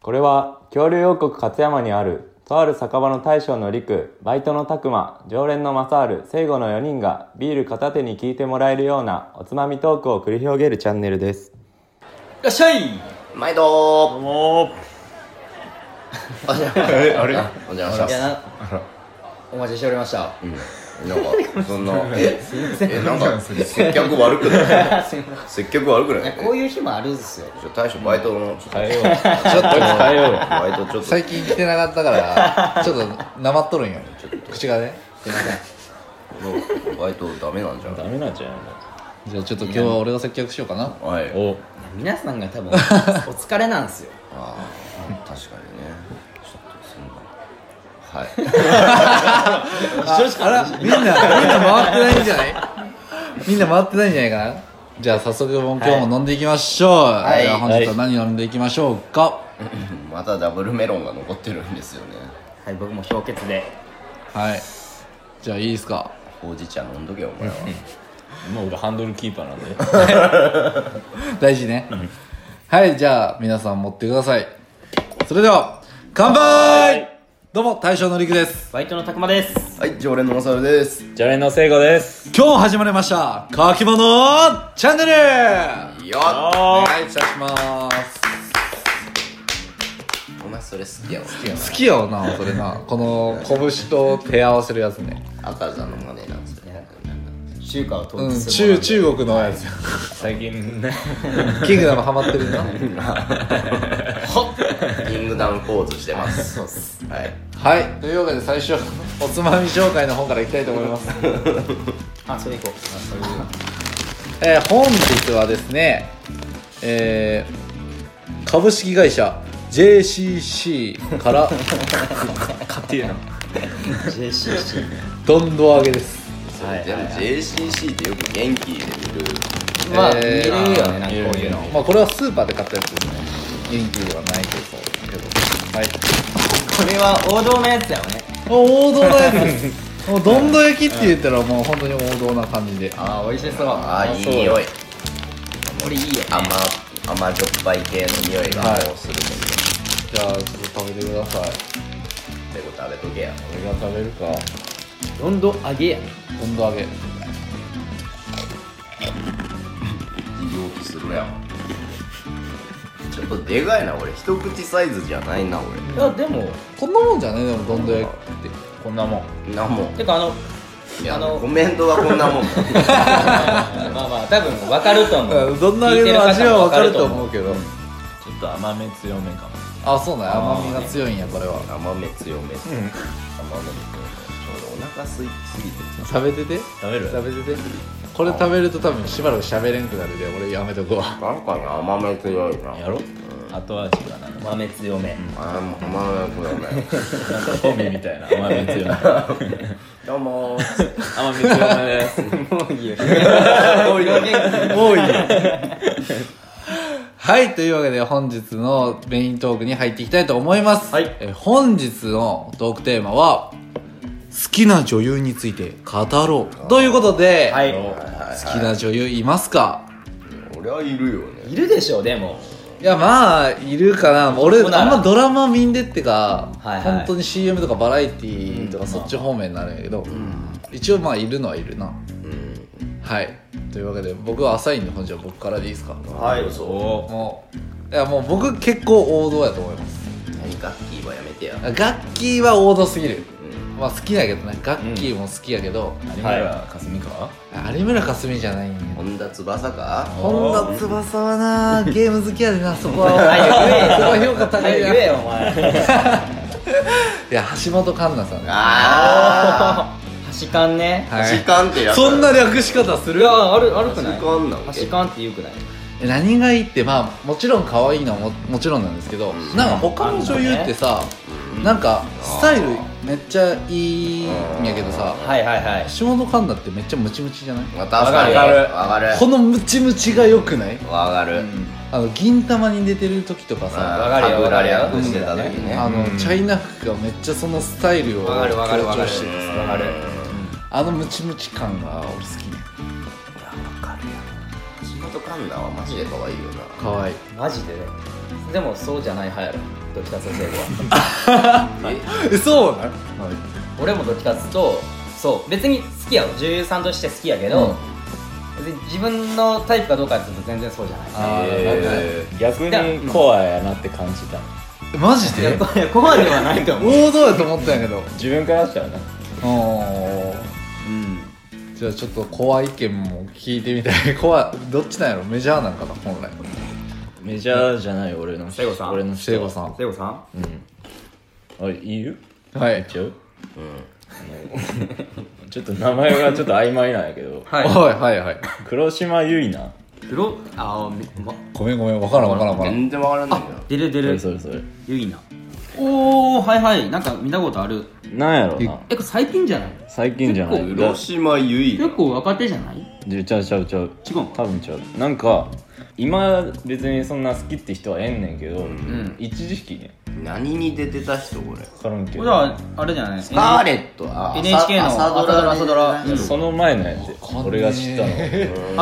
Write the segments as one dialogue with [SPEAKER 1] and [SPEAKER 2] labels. [SPEAKER 1] これは恐竜王国勝山にあるとある酒場の大将の陸バイトの拓磨常連の正治聖護の4人がビール片手に聞いてもらえるようなおつまみトークを繰り広げるチャンネルです
[SPEAKER 2] いらっしゃい
[SPEAKER 3] 毎度
[SPEAKER 4] どうもー
[SPEAKER 3] あれ
[SPEAKER 4] えあれ
[SPEAKER 3] あお邪魔しま
[SPEAKER 2] い
[SPEAKER 3] す
[SPEAKER 2] やな お待ちしておりました
[SPEAKER 3] うんなんかそんなええなん
[SPEAKER 4] なん
[SPEAKER 3] か
[SPEAKER 4] かそれ
[SPEAKER 3] 接客悪くない
[SPEAKER 2] すいま
[SPEAKER 3] 接客悪くな
[SPEAKER 2] せ
[SPEAKER 3] い
[SPEAKER 2] んいやこういう日もあるんですよ
[SPEAKER 3] ちょ大将バイトのちょっと
[SPEAKER 1] よう
[SPEAKER 3] ちょっと
[SPEAKER 1] 変えようよ
[SPEAKER 3] バイトちょっと
[SPEAKER 5] 最近来てなかったから、ちょっとなまっとるんよ。口がね。
[SPEAKER 3] もうバイトダメなんじゃない
[SPEAKER 1] メなんじゃない
[SPEAKER 5] じゃあちょっと今日は俺が接客しようかな。
[SPEAKER 3] はい
[SPEAKER 1] のお
[SPEAKER 2] 皆さんが多 分お疲れなんですよ
[SPEAKER 3] あー確かにねちょっとそんなはい
[SPEAKER 5] あら、みんな、みんな回ってないんじゃないみんな回ってないんじゃないかなじゃあ早速もう今日も飲んでいきましょう。
[SPEAKER 3] い
[SPEAKER 5] では本日は何飲んでいきましょうか。
[SPEAKER 3] またダブルメロンが残ってるんですよね
[SPEAKER 2] はい僕も氷結で
[SPEAKER 5] はい。じゃあいいですか。
[SPEAKER 3] ほうじ茶飲んどけよお前は
[SPEAKER 1] もう俺ハンドルキーパーなんで
[SPEAKER 5] 大事ね。はい、じゃあ皆さん持ってください。それでは、乾杯どうも、大将のりくです。
[SPEAKER 2] バイトのたくまです
[SPEAKER 3] はい常連のまさるです
[SPEAKER 1] 常連の聖護です
[SPEAKER 5] 今日始まりました、かきものチャンネル
[SPEAKER 3] よっ
[SPEAKER 5] お願いいたします
[SPEAKER 3] お前それ好きやわ
[SPEAKER 5] 好きよなそれなこの拳と手合わせるやつね
[SPEAKER 3] 赤ちゃんのマネなんですよ
[SPEAKER 2] 中華を統
[SPEAKER 5] う
[SPEAKER 2] 一
[SPEAKER 5] ん
[SPEAKER 2] する
[SPEAKER 5] 中中国のやつよ
[SPEAKER 1] 最近ね
[SPEAKER 5] キングダムハマってるな
[SPEAKER 3] キングダムポーズしてますそうですはい
[SPEAKER 5] はいというわけで最初おつまみ紹介の方からいきたいと思います、
[SPEAKER 2] あそれいこうあそれ
[SPEAKER 5] えー本日はですねえー株式会社 JCC から
[SPEAKER 1] 勝手な
[SPEAKER 2] JCC
[SPEAKER 5] どんど上げです
[SPEAKER 3] それでも JCC ってよく元気で見る
[SPEAKER 2] まあ見
[SPEAKER 5] え
[SPEAKER 2] れ
[SPEAKER 5] ー
[SPEAKER 2] るよねなんかこういうの
[SPEAKER 5] まあこれはスーパーで買ったやつですね元気ではないけどはい
[SPEAKER 2] これは王道のやつだよね
[SPEAKER 5] 王道のやつですもうどんど焼きって言ったらもう本当に王道な感じで
[SPEAKER 2] ああ美味しそう
[SPEAKER 3] ああいい匂い
[SPEAKER 2] これいいよ
[SPEAKER 3] 甘甘じょっぱい系の匂いがもうするもんね
[SPEAKER 5] じゃあちょっと食べてください
[SPEAKER 3] でも食べとけや
[SPEAKER 5] 俺が食べるか
[SPEAKER 2] どんどん揚げや
[SPEAKER 5] どんど揚げ
[SPEAKER 3] 容器するやんちょっとでかいな俺一口サイズじゃないな
[SPEAKER 2] いやでも
[SPEAKER 5] こんなもんじゃねでもどんど焼きってこんなもん
[SPEAKER 3] 俺なんも
[SPEAKER 2] てかあの
[SPEAKER 3] いや
[SPEAKER 2] あの
[SPEAKER 3] コメントはこんな もんだ
[SPEAKER 2] まあまあ多分分かると思う
[SPEAKER 5] どんな揚げの味はわかると思
[SPEAKER 2] う
[SPEAKER 5] うけど
[SPEAKER 1] ちょっと甘め強めかも
[SPEAKER 5] あそうなんや甘みが強いんやこれは
[SPEAKER 3] 甘め強め、甘め強めちょうどお腹すいすぎて
[SPEAKER 5] 食べてて
[SPEAKER 1] 食べる
[SPEAKER 5] 食べててこれ食べると多分しばらく喋れんくなるで俺やめとくわ
[SPEAKER 3] なんかね甘め強いな
[SPEAKER 1] やろ後味がなんか
[SPEAKER 2] 豆強め
[SPEAKER 3] あもう甘め強め
[SPEAKER 1] コンビみたいな甘め強め
[SPEAKER 3] どうもー
[SPEAKER 1] 甘め強めです
[SPEAKER 2] もういいよもういいよ
[SPEAKER 5] 多いはいというわけで本日のメイントークに入っていきたいと思います、
[SPEAKER 2] はい
[SPEAKER 5] えー本日のトークテーマは好きな女優について語ろうということで、
[SPEAKER 2] はい
[SPEAKER 5] 好きな女優いますか
[SPEAKER 3] 俺はいるよね
[SPEAKER 2] いるでしょでも
[SPEAKER 5] いやまあいるかな俺
[SPEAKER 2] ここな
[SPEAKER 5] あん
[SPEAKER 2] ら
[SPEAKER 5] まドラマ見んでってか、
[SPEAKER 2] はいはい
[SPEAKER 5] 本当に CM とかバラエティーとかそっち方面になるんやけど、一応まあいるのはいるな
[SPEAKER 3] うん
[SPEAKER 5] はいというわけで僕は浅いんで本日は僕からでいいですか
[SPEAKER 3] はい
[SPEAKER 1] お
[SPEAKER 5] もういやもう僕結構王道やと思います
[SPEAKER 3] 何ガッキーはやめてや
[SPEAKER 5] ガッキーは王道すぎる
[SPEAKER 3] う
[SPEAKER 5] まあ好きだけどねガッキーも好きやけど、
[SPEAKER 1] 有村架純か
[SPEAKER 5] 有村架純じゃないんよ
[SPEAKER 3] 本田翼か
[SPEAKER 5] 本田翼はなゲーム好きやでなそこは
[SPEAKER 2] 早く言えよ
[SPEAKER 5] そこは評価高い
[SPEAKER 2] 早
[SPEAKER 5] な
[SPEAKER 2] く言え
[SPEAKER 5] い
[SPEAKER 2] よお前
[SPEAKER 5] や橋本環奈さんね
[SPEAKER 3] あ
[SPEAKER 2] 端勘ね
[SPEAKER 3] あ
[SPEAKER 5] は
[SPEAKER 3] 時
[SPEAKER 5] い
[SPEAKER 3] 間ってやつ
[SPEAKER 5] そんな略し方す
[SPEAKER 2] い
[SPEAKER 5] る
[SPEAKER 2] やあるあるく
[SPEAKER 3] 時
[SPEAKER 2] ない
[SPEAKER 3] 間なの
[SPEAKER 2] 端勘って言うくない
[SPEAKER 5] え何がいいってまあもちろん可愛いのはももちろんなんですけど、なんか他の女優ってさ、なんかスタイルめっちゃいいんやけどさ
[SPEAKER 2] はいはいはい
[SPEAKER 5] 橋本環奈ってめっちゃムチムチじゃない
[SPEAKER 3] わかる
[SPEAKER 2] わかる
[SPEAKER 3] わかる
[SPEAKER 5] このムチムチが良くない
[SPEAKER 3] わかる
[SPEAKER 5] あの銀玉に出てる時とかさ、
[SPEAKER 2] わかるよ
[SPEAKER 3] はぐられ
[SPEAKER 2] わ
[SPEAKER 3] や
[SPEAKER 2] かるよ
[SPEAKER 3] くしてた時ね
[SPEAKER 5] あのチャイナ服がめっちゃそのスタイルを
[SPEAKER 2] わかるわかるわかる
[SPEAKER 5] してる
[SPEAKER 3] わかる
[SPEAKER 5] あのムチムチ感が俺好きね
[SPEAKER 3] 橋本環カンナはマジで可愛いよな
[SPEAKER 5] かわいい
[SPEAKER 2] マジでねでもそうじゃない派やろドキタツ聖子 は
[SPEAKER 5] えそうなの
[SPEAKER 2] 俺もドキタツとそう別に好きやわ女優さんとして好きやけど、別に自分のタイプかどうかって言うと全然そうじゃない
[SPEAKER 5] あー
[SPEAKER 3] え
[SPEAKER 1] 逆にコアやなって感じた
[SPEAKER 5] なんかマジ
[SPEAKER 2] いや
[SPEAKER 5] で
[SPEAKER 2] これここまではないと思う
[SPEAKER 5] 王道やと思ったんやけど
[SPEAKER 1] 自分からしたらな
[SPEAKER 5] おうんじゃあちょっと怖い意見も聞いてみたい 怖いどっちなんやろメジャーなんかな本来
[SPEAKER 4] メジャーじゃない俺の
[SPEAKER 2] 聖子さん
[SPEAKER 4] 俺の人
[SPEAKER 5] 聖子さん
[SPEAKER 2] 聖子さん
[SPEAKER 4] あいいよ
[SPEAKER 5] はい
[SPEAKER 4] ちゃううんちょっと名前がちょっと曖昧なんやけど
[SPEAKER 2] は
[SPEAKER 5] おい
[SPEAKER 2] い
[SPEAKER 5] はいはい
[SPEAKER 4] 黒島結菜
[SPEAKER 2] 黒あーみま
[SPEAKER 5] ごめんごめんわからんわからん
[SPEAKER 3] ー、
[SPEAKER 5] わからん
[SPEAKER 3] 全然わからないんだよ
[SPEAKER 2] 出る出
[SPEAKER 4] それ
[SPEAKER 2] る
[SPEAKER 4] それそれ
[SPEAKER 2] ゆいなおおはいはいなんか見たことある
[SPEAKER 4] なんやろな
[SPEAKER 2] えこれ最近じゃない
[SPEAKER 4] 最近じゃないだ
[SPEAKER 3] 黒島結
[SPEAKER 2] 結
[SPEAKER 3] 衣
[SPEAKER 2] 構若手じゃない
[SPEAKER 4] じゃちゃうちゃうちゃう
[SPEAKER 2] 違うん
[SPEAKER 4] 多分ちゃうなんか今別にそんな好きって人はええんねんけど、一時期ね
[SPEAKER 3] 何に出てた人これ
[SPEAKER 4] 分からんけ
[SPEAKER 2] こ
[SPEAKER 4] ど
[SPEAKER 2] れはあれじゃない
[SPEAKER 3] スカーレットあ
[SPEAKER 2] NHK の朝ドラ朝ドラうん
[SPEAKER 4] その前のやつ俺が知ったの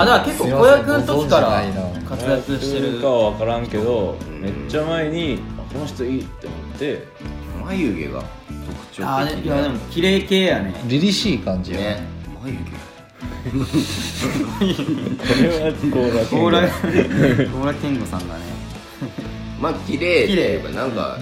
[SPEAKER 2] あだから結構子役の時から活躍して
[SPEAKER 4] どう
[SPEAKER 2] る
[SPEAKER 4] かは分からんけどめっちゃ前にあこの人いいって思 って
[SPEAKER 3] 眉毛が特徴
[SPEAKER 2] あー
[SPEAKER 3] 的
[SPEAKER 2] いやでも綺麗系やね
[SPEAKER 5] 凛々しい感じや
[SPEAKER 3] ね眉毛
[SPEAKER 4] これはこうだけ
[SPEAKER 2] 高良高良健吾さんがね
[SPEAKER 3] まあ綺麗って
[SPEAKER 2] 綺麗
[SPEAKER 3] いうかなんか、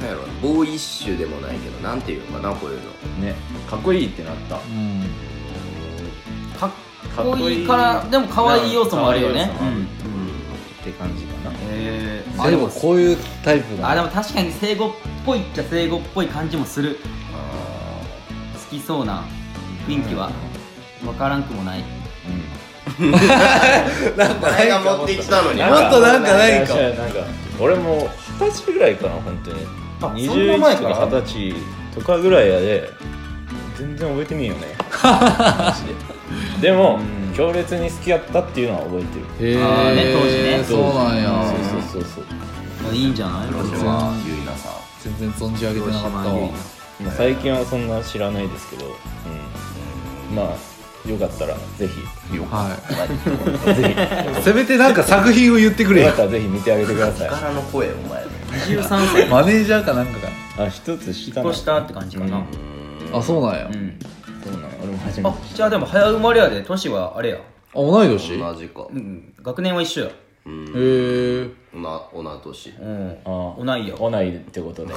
[SPEAKER 3] なんやろボーイッシュでもないけどなんていうのかなこういうの
[SPEAKER 4] ねかっこいいってなった
[SPEAKER 5] うん
[SPEAKER 2] かっこいいからでも可愛い要素もあるよね
[SPEAKER 4] 可愛い要素もあるって感じかな
[SPEAKER 2] えー
[SPEAKER 5] あでもこういうタイプ
[SPEAKER 2] あで
[SPEAKER 5] だ
[SPEAKER 2] も確かに生後っぽいっちゃ生後っぽい感じもする好きそうな雰囲気は分からんくもない
[SPEAKER 5] なん
[SPEAKER 3] 前が持ってきたのに
[SPEAKER 5] もっとなんかないんか
[SPEAKER 4] なんか俺も二十歳ぐらいかな本当に
[SPEAKER 2] そんな前
[SPEAKER 4] 21
[SPEAKER 2] か
[SPEAKER 4] と
[SPEAKER 2] ら
[SPEAKER 4] か二十歳とかぐらいやで全然覚えてねえよねマジででも強烈に好きやったっていうのは覚えてる
[SPEAKER 5] へ
[SPEAKER 2] あーね当時ね
[SPEAKER 5] そうなんや
[SPEAKER 4] そうそうそうそう
[SPEAKER 2] あいいんじゃない
[SPEAKER 3] 黒 島結菜さん
[SPEAKER 5] 全然存じ上げてなかったわ
[SPEAKER 4] まあ最近はそんな知らないですけど、うん、まあよかったらぜひよ
[SPEAKER 5] はいせめてなんか作品を言ってくれ
[SPEAKER 4] か
[SPEAKER 5] よ
[SPEAKER 4] ったらぜひ見てあげてください
[SPEAKER 3] 力の声お前の
[SPEAKER 2] 23歳
[SPEAKER 5] マネージャーかなんかか
[SPEAKER 4] あ一つ下
[SPEAKER 2] 引っ
[SPEAKER 4] の
[SPEAKER 2] 越したって感じかな
[SPEAKER 5] あそうなんや
[SPEAKER 2] う
[SPEAKER 5] あ
[SPEAKER 2] ん
[SPEAKER 4] そうなの俺も初め
[SPEAKER 2] あ
[SPEAKER 4] て
[SPEAKER 2] じゃあでも早生まれやで年はあれや
[SPEAKER 5] 同い年へ
[SPEAKER 3] 同じか
[SPEAKER 2] うん学年は一緒や
[SPEAKER 5] え
[SPEAKER 3] な同い年
[SPEAKER 2] うん
[SPEAKER 4] あ
[SPEAKER 2] おないよ
[SPEAKER 4] おないってことで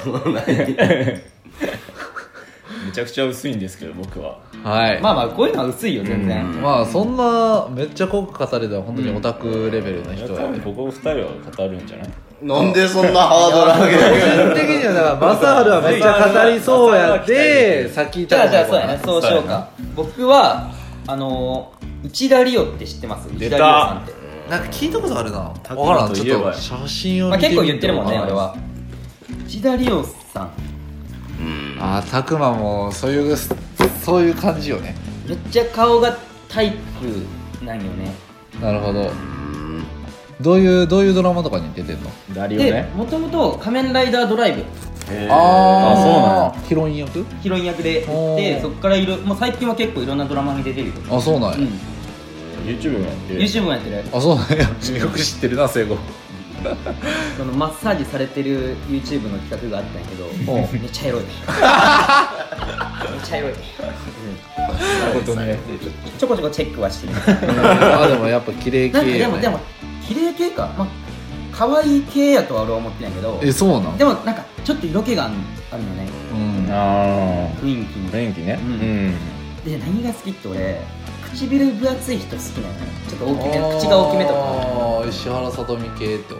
[SPEAKER 4] めちゃくちゃ薄いんですけど僕は
[SPEAKER 5] はい
[SPEAKER 2] まあまあこういうのは薄いよ全然
[SPEAKER 5] まあそんなめっちゃ濃く語れたら本当にオタクレベルの
[SPEAKER 4] 多
[SPEAKER 5] 人や
[SPEAKER 4] 分
[SPEAKER 5] ね
[SPEAKER 4] ここ二人は語るんじゃない
[SPEAKER 3] なんでそんなハードル上げる
[SPEAKER 5] 個人的にはだからバサールはめっちゃ語りそうやで先言っ
[SPEAKER 2] じゃ
[SPEAKER 5] た
[SPEAKER 2] あじゃあ
[SPEAKER 5] ら
[SPEAKER 2] そうやねそうしようか僕はあのー内田理央って知ってます内田理央さんって
[SPEAKER 5] なんか聞いたことあるなわか
[SPEAKER 4] クマ
[SPEAKER 5] らんち
[SPEAKER 4] と
[SPEAKER 5] ょ
[SPEAKER 4] いえば
[SPEAKER 5] っと写真を
[SPEAKER 2] まあ
[SPEAKER 5] 見て
[SPEAKER 2] 結
[SPEAKER 5] み
[SPEAKER 2] 構言ってるもんね
[SPEAKER 5] あー
[SPEAKER 2] 俺は内田理央さん
[SPEAKER 5] ああ拓磨もそういうそういう感じよね
[SPEAKER 2] めっちゃ顔がタイプなんよね
[SPEAKER 5] なるほどどういうどういうドラマとかに出てんの
[SPEAKER 4] ダリオ
[SPEAKER 2] で
[SPEAKER 4] ね
[SPEAKER 2] もともと「仮面ライダードライブ
[SPEAKER 5] あ
[SPEAKER 4] あそうなん
[SPEAKER 5] あヒロイン役」
[SPEAKER 2] ヒロイン役で
[SPEAKER 5] おー
[SPEAKER 2] でそっからいろもう最近は結構いろんなドラマに出てるよ、
[SPEAKER 5] あそうなんや、
[SPEAKER 2] うん、
[SPEAKER 4] YouTube もやってる
[SPEAKER 2] YouTube もやってる
[SPEAKER 5] あそうなんや よく知ってるな 聖子
[SPEAKER 2] そのマッサージされてる YouTube の企画があったんやけど
[SPEAKER 5] う
[SPEAKER 2] めっちゃエロいめっちゃエロい
[SPEAKER 5] ことね
[SPEAKER 2] ちょこちょこチェックはしてる
[SPEAKER 5] あでもやっぱ綺麗系
[SPEAKER 2] なんかで
[SPEAKER 5] や
[SPEAKER 2] も
[SPEAKER 5] ね
[SPEAKER 2] でも綺麗系かまあ可愛い系やとは俺は思ってないけど
[SPEAKER 5] えそうなん
[SPEAKER 2] でもなんかちょっと色気があるあるのね
[SPEAKER 5] うん
[SPEAKER 4] あ
[SPEAKER 2] 雰囲気
[SPEAKER 4] あ雰
[SPEAKER 2] にで
[SPEAKER 4] 囲気ね
[SPEAKER 2] うん何が好きって俺唇分厚い人好きなのよちょっと大きめ口が大きめとか
[SPEAKER 5] あー石原さとみ系ってこと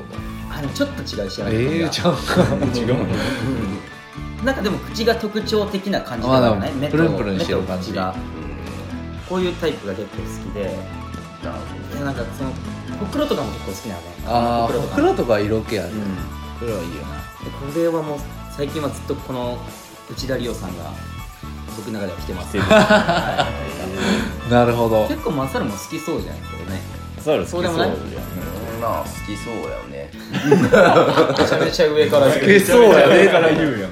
[SPEAKER 2] あのちょっと違うし
[SPEAKER 5] ええー、ち ゃうか
[SPEAKER 4] 違うの
[SPEAKER 2] なんかでも口が特徴的な感じ
[SPEAKER 5] あ
[SPEAKER 2] だよ
[SPEAKER 5] なんか
[SPEAKER 2] ね目と
[SPEAKER 5] プルンプルンしてる感じ
[SPEAKER 2] 目と口がこういうタイプが結構好きでいやなんかそのほくろとかも結構好きなのね
[SPEAKER 5] あ
[SPEAKER 2] ほ
[SPEAKER 5] あ
[SPEAKER 2] くろと
[SPEAKER 5] ほ
[SPEAKER 2] か
[SPEAKER 5] くろとか色気ある
[SPEAKER 2] うん
[SPEAKER 5] ほくろはいいよな
[SPEAKER 2] でこれはもう最近はずっとこの内田理央さんが僕の中では来てます、はい
[SPEAKER 5] なるほど
[SPEAKER 2] 結構マサルも好きそうじゃないけど ね
[SPEAKER 4] そうです
[SPEAKER 2] そうでもない
[SPEAKER 3] そんな好きそうやよね
[SPEAKER 2] めちゃめちゃ上から好
[SPEAKER 5] えそうやね、
[SPEAKER 4] から言うやん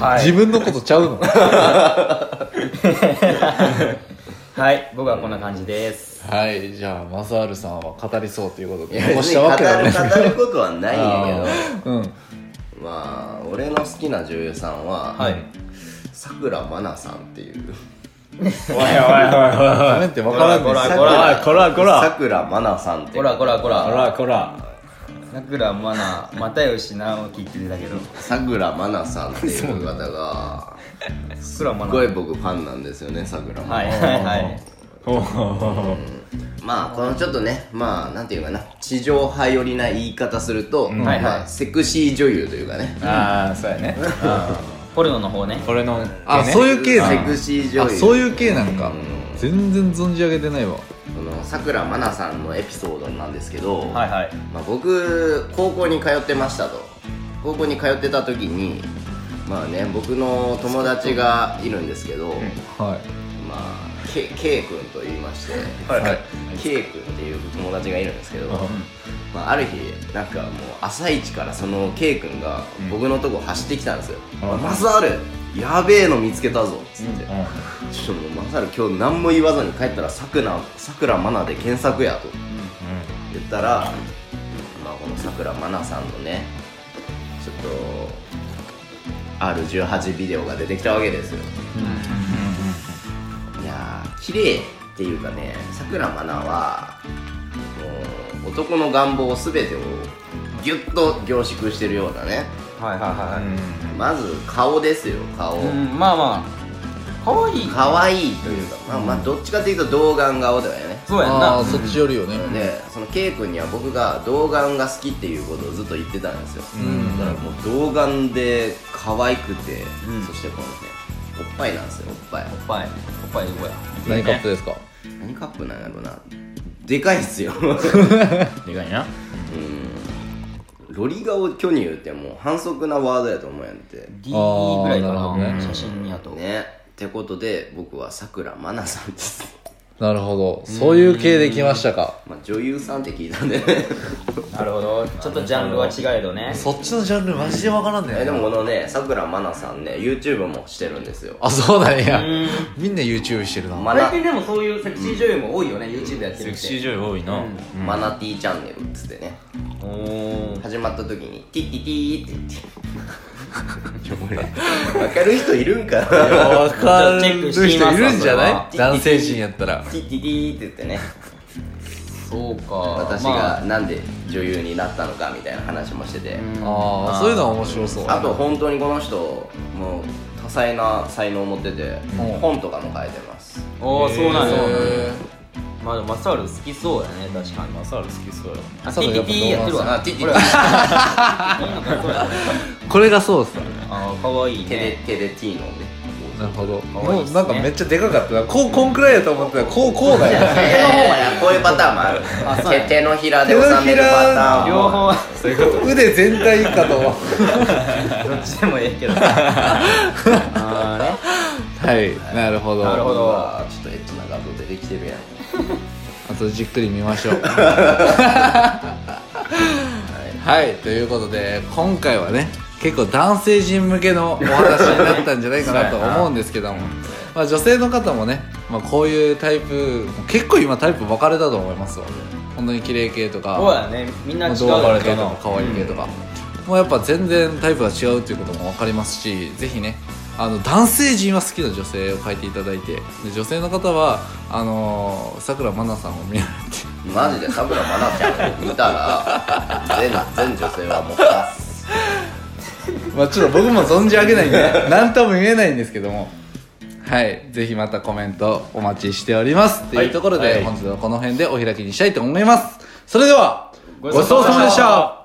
[SPEAKER 2] はい
[SPEAKER 5] 自分のことちゃうの
[SPEAKER 2] はい僕はこんな感じです
[SPEAKER 5] はいじゃあマサールさんは語りそうということ
[SPEAKER 3] いや
[SPEAKER 5] で残
[SPEAKER 3] 別
[SPEAKER 5] し
[SPEAKER 3] に
[SPEAKER 5] た
[SPEAKER 3] 語
[SPEAKER 5] わけだね
[SPEAKER 3] る語ることはないんや
[SPEAKER 5] うん
[SPEAKER 3] けどまあ俺の好きな女優さんは
[SPEAKER 2] はい
[SPEAKER 3] さくらまなさんっていう
[SPEAKER 4] おいおいおいおい
[SPEAKER 5] 画面ってわからん
[SPEAKER 2] こ
[SPEAKER 5] で
[SPEAKER 2] ら
[SPEAKER 5] す
[SPEAKER 2] こら
[SPEAKER 4] こらこら
[SPEAKER 3] さくらまなさんってい
[SPEAKER 2] こ
[SPEAKER 3] う
[SPEAKER 2] らこらこ
[SPEAKER 4] こら
[SPEAKER 2] ら
[SPEAKER 4] こら
[SPEAKER 2] さくらまな又吉直樹って出たけど
[SPEAKER 3] さくらまなさんっていう方が
[SPEAKER 2] さくらますな
[SPEAKER 3] ご
[SPEAKER 2] はいい
[SPEAKER 3] 僕ファンなんですよねさくらまな
[SPEAKER 2] はいはい
[SPEAKER 4] おー
[SPEAKER 3] まあこのちょっとねまあなんていうかな地上派寄りな言い方すると、
[SPEAKER 2] はいはい
[SPEAKER 3] まあ、セクシー女優というかね
[SPEAKER 4] ああそうやね
[SPEAKER 2] ポルノの方ね
[SPEAKER 4] これの
[SPEAKER 5] あ
[SPEAKER 4] ね
[SPEAKER 5] そういう系な
[SPEAKER 3] セ
[SPEAKER 5] ん
[SPEAKER 3] クシー女優
[SPEAKER 5] あそういう系なんか全然存じ上げてないわ
[SPEAKER 3] そのさくらまなさんのエピソードなんですけど、
[SPEAKER 2] はいはい
[SPEAKER 3] まあ、僕高校に通ってましたと高校に通ってた時にまあね僕の友達がいるんですけど、
[SPEAKER 5] はい
[SPEAKER 3] まあ K, K 君と言いまして、
[SPEAKER 5] はい
[SPEAKER 3] K 君っていう友達がいるんですけど、まあ、ある日なんかもう朝一からその K 君が僕のとこ走ってきたんですよ「
[SPEAKER 4] うん
[SPEAKER 3] マサールやべえの見つけたぞ」っつって、
[SPEAKER 4] うん
[SPEAKER 3] ちょっともうマサール今日何も言わずに帰ったらさくらさくらまなで検索やと言ったら、まあ、このさくらまなさんのねちょっと R18 ビデオが出てきたわけですよ、いやー綺麗っていうかねさくらまなはもう男の願望全てをギュッと凝縮してるようなね
[SPEAKER 2] はいは
[SPEAKER 3] まず顔ですよ顔、
[SPEAKER 2] うんまあまあ可愛い
[SPEAKER 3] 可愛いというか、まあ、まあどっちかというと童顔顔だよね
[SPEAKER 2] そうやん
[SPEAKER 5] ああ
[SPEAKER 2] な
[SPEAKER 5] そっちよりよね
[SPEAKER 3] でその K 君には僕が童顔が好きっていうことをずっと言ってたんですよ、
[SPEAKER 5] ん
[SPEAKER 3] だからもう童顔で可愛くて、
[SPEAKER 2] うん
[SPEAKER 3] そしてこのねおっぱいなんですよおっぱい
[SPEAKER 2] おっぱいおっぱいどこや
[SPEAKER 5] 何カップですか
[SPEAKER 3] 何カップなんやろなでかいっ すよ
[SPEAKER 4] でかいな
[SPEAKER 3] ロリ顔巨乳ってもう反則なワードやと思うやんって
[SPEAKER 2] D ぐらいか
[SPEAKER 5] あーなるほど
[SPEAKER 2] な
[SPEAKER 5] ね
[SPEAKER 2] 写真にあと
[SPEAKER 3] ねってことで僕はさくらまなさんです、
[SPEAKER 5] なるほどそういう系できましたか
[SPEAKER 3] まあ、女優さんって聞いたんで ね
[SPEAKER 2] なるほどちょっとジャンルは違えどね
[SPEAKER 5] そっちのジャンルマジでわからんね
[SPEAKER 3] えでもこのねさくらまなさんね YouTube もしてるんですよ
[SPEAKER 5] あそうなんや
[SPEAKER 2] ん
[SPEAKER 5] みんな YouTube してるな
[SPEAKER 3] まな
[SPEAKER 2] 最近でもそういうセクシー女優も多いよね YouTube やってる
[SPEAKER 4] セ
[SPEAKER 2] っ
[SPEAKER 4] クシー
[SPEAKER 2] て
[SPEAKER 4] 女優多いな
[SPEAKER 3] マナティーチャンネルっつってね
[SPEAKER 2] おお
[SPEAKER 3] 始まった時に「ティティティ」って言ってわかる人いるんかな
[SPEAKER 5] わか
[SPEAKER 2] る
[SPEAKER 5] る
[SPEAKER 2] 人
[SPEAKER 5] 人
[SPEAKER 2] い
[SPEAKER 5] い
[SPEAKER 2] る
[SPEAKER 5] る
[SPEAKER 2] ん
[SPEAKER 5] ん
[SPEAKER 2] じ
[SPEAKER 5] じ
[SPEAKER 2] ゃ
[SPEAKER 5] ゃ
[SPEAKER 2] ない
[SPEAKER 5] ない男性陣やったら
[SPEAKER 3] ティティティって言ってね
[SPEAKER 2] そうか
[SPEAKER 3] 私
[SPEAKER 2] ま
[SPEAKER 3] が
[SPEAKER 2] あ
[SPEAKER 3] なんで女優になったのかみたいな話もしてて、
[SPEAKER 5] ああそういうのは面白そう
[SPEAKER 3] あと本当にこの人もう多彩な才能を持ってて、本とかも書いてます
[SPEAKER 2] おーそうなんや
[SPEAKER 5] へ
[SPEAKER 2] まあでもマサール好きそうやね確かに
[SPEAKER 4] マサール好きそうや
[SPEAKER 2] あテ
[SPEAKER 5] サー
[SPEAKER 2] ィ
[SPEAKER 5] ル
[SPEAKER 2] テ
[SPEAKER 5] や
[SPEAKER 2] ィ
[SPEAKER 5] っ
[SPEAKER 2] ティやって
[SPEAKER 5] ぱ
[SPEAKER 2] るわな
[SPEAKER 3] あティティティ
[SPEAKER 5] ーこれがそうっすね
[SPEAKER 2] あーかわいい
[SPEAKER 3] テレ
[SPEAKER 2] ね
[SPEAKER 3] テレティーノね
[SPEAKER 5] なるほど
[SPEAKER 2] 可愛い
[SPEAKER 5] も
[SPEAKER 2] っすね
[SPEAKER 5] うなんかめっちゃでかかったなこうこんくらいやと思ってたらこうこう だよね
[SPEAKER 3] 手の方がねこういうパターンもある
[SPEAKER 2] あそうや
[SPEAKER 3] 手手のひらで収めるパターンも
[SPEAKER 2] 両方
[SPEAKER 4] そういうこと
[SPEAKER 5] 腕全体かと思う
[SPEAKER 2] どっちでもええけどあーね
[SPEAKER 5] はいなるほど
[SPEAKER 2] なるほど
[SPEAKER 3] うわちょっとエッチな画像出てきてるやん
[SPEAKER 5] あとじっくり見ま しょうはい、ということで今回はね結構男性陣向けのお話になったんじゃないかなと思うんですけども、まあ、女性の方もね、まあ、こういうタイプ結構今タイプ分かれたと思いますわ本当に綺麗系とか
[SPEAKER 2] そうやねみんな違う
[SPEAKER 5] 動画
[SPEAKER 2] け
[SPEAKER 5] 系とか可愛い系とか、もうやっぱ全然タイプが違うっていうことも分かりますしぜひねあの男性陣は好きな女性を書いていただいてで女性の方はあのーさくらまなさんを見られて
[SPEAKER 3] マジで田村真奈ちゃんを見たら全全女性はもうさ
[SPEAKER 5] まあちょっと僕も存じ上げないんで 何とも言えないんですけどもはいぜひまたコメントお待ちしておりますというところで、
[SPEAKER 4] はい
[SPEAKER 5] 本日はこの辺でお開きにしたいと思いますそれでは
[SPEAKER 2] ご
[SPEAKER 5] ご
[SPEAKER 2] ちそ
[SPEAKER 5] ちそうう
[SPEAKER 2] さ
[SPEAKER 5] さ
[SPEAKER 2] ま
[SPEAKER 5] ま
[SPEAKER 2] で
[SPEAKER 5] で
[SPEAKER 2] し
[SPEAKER 5] したた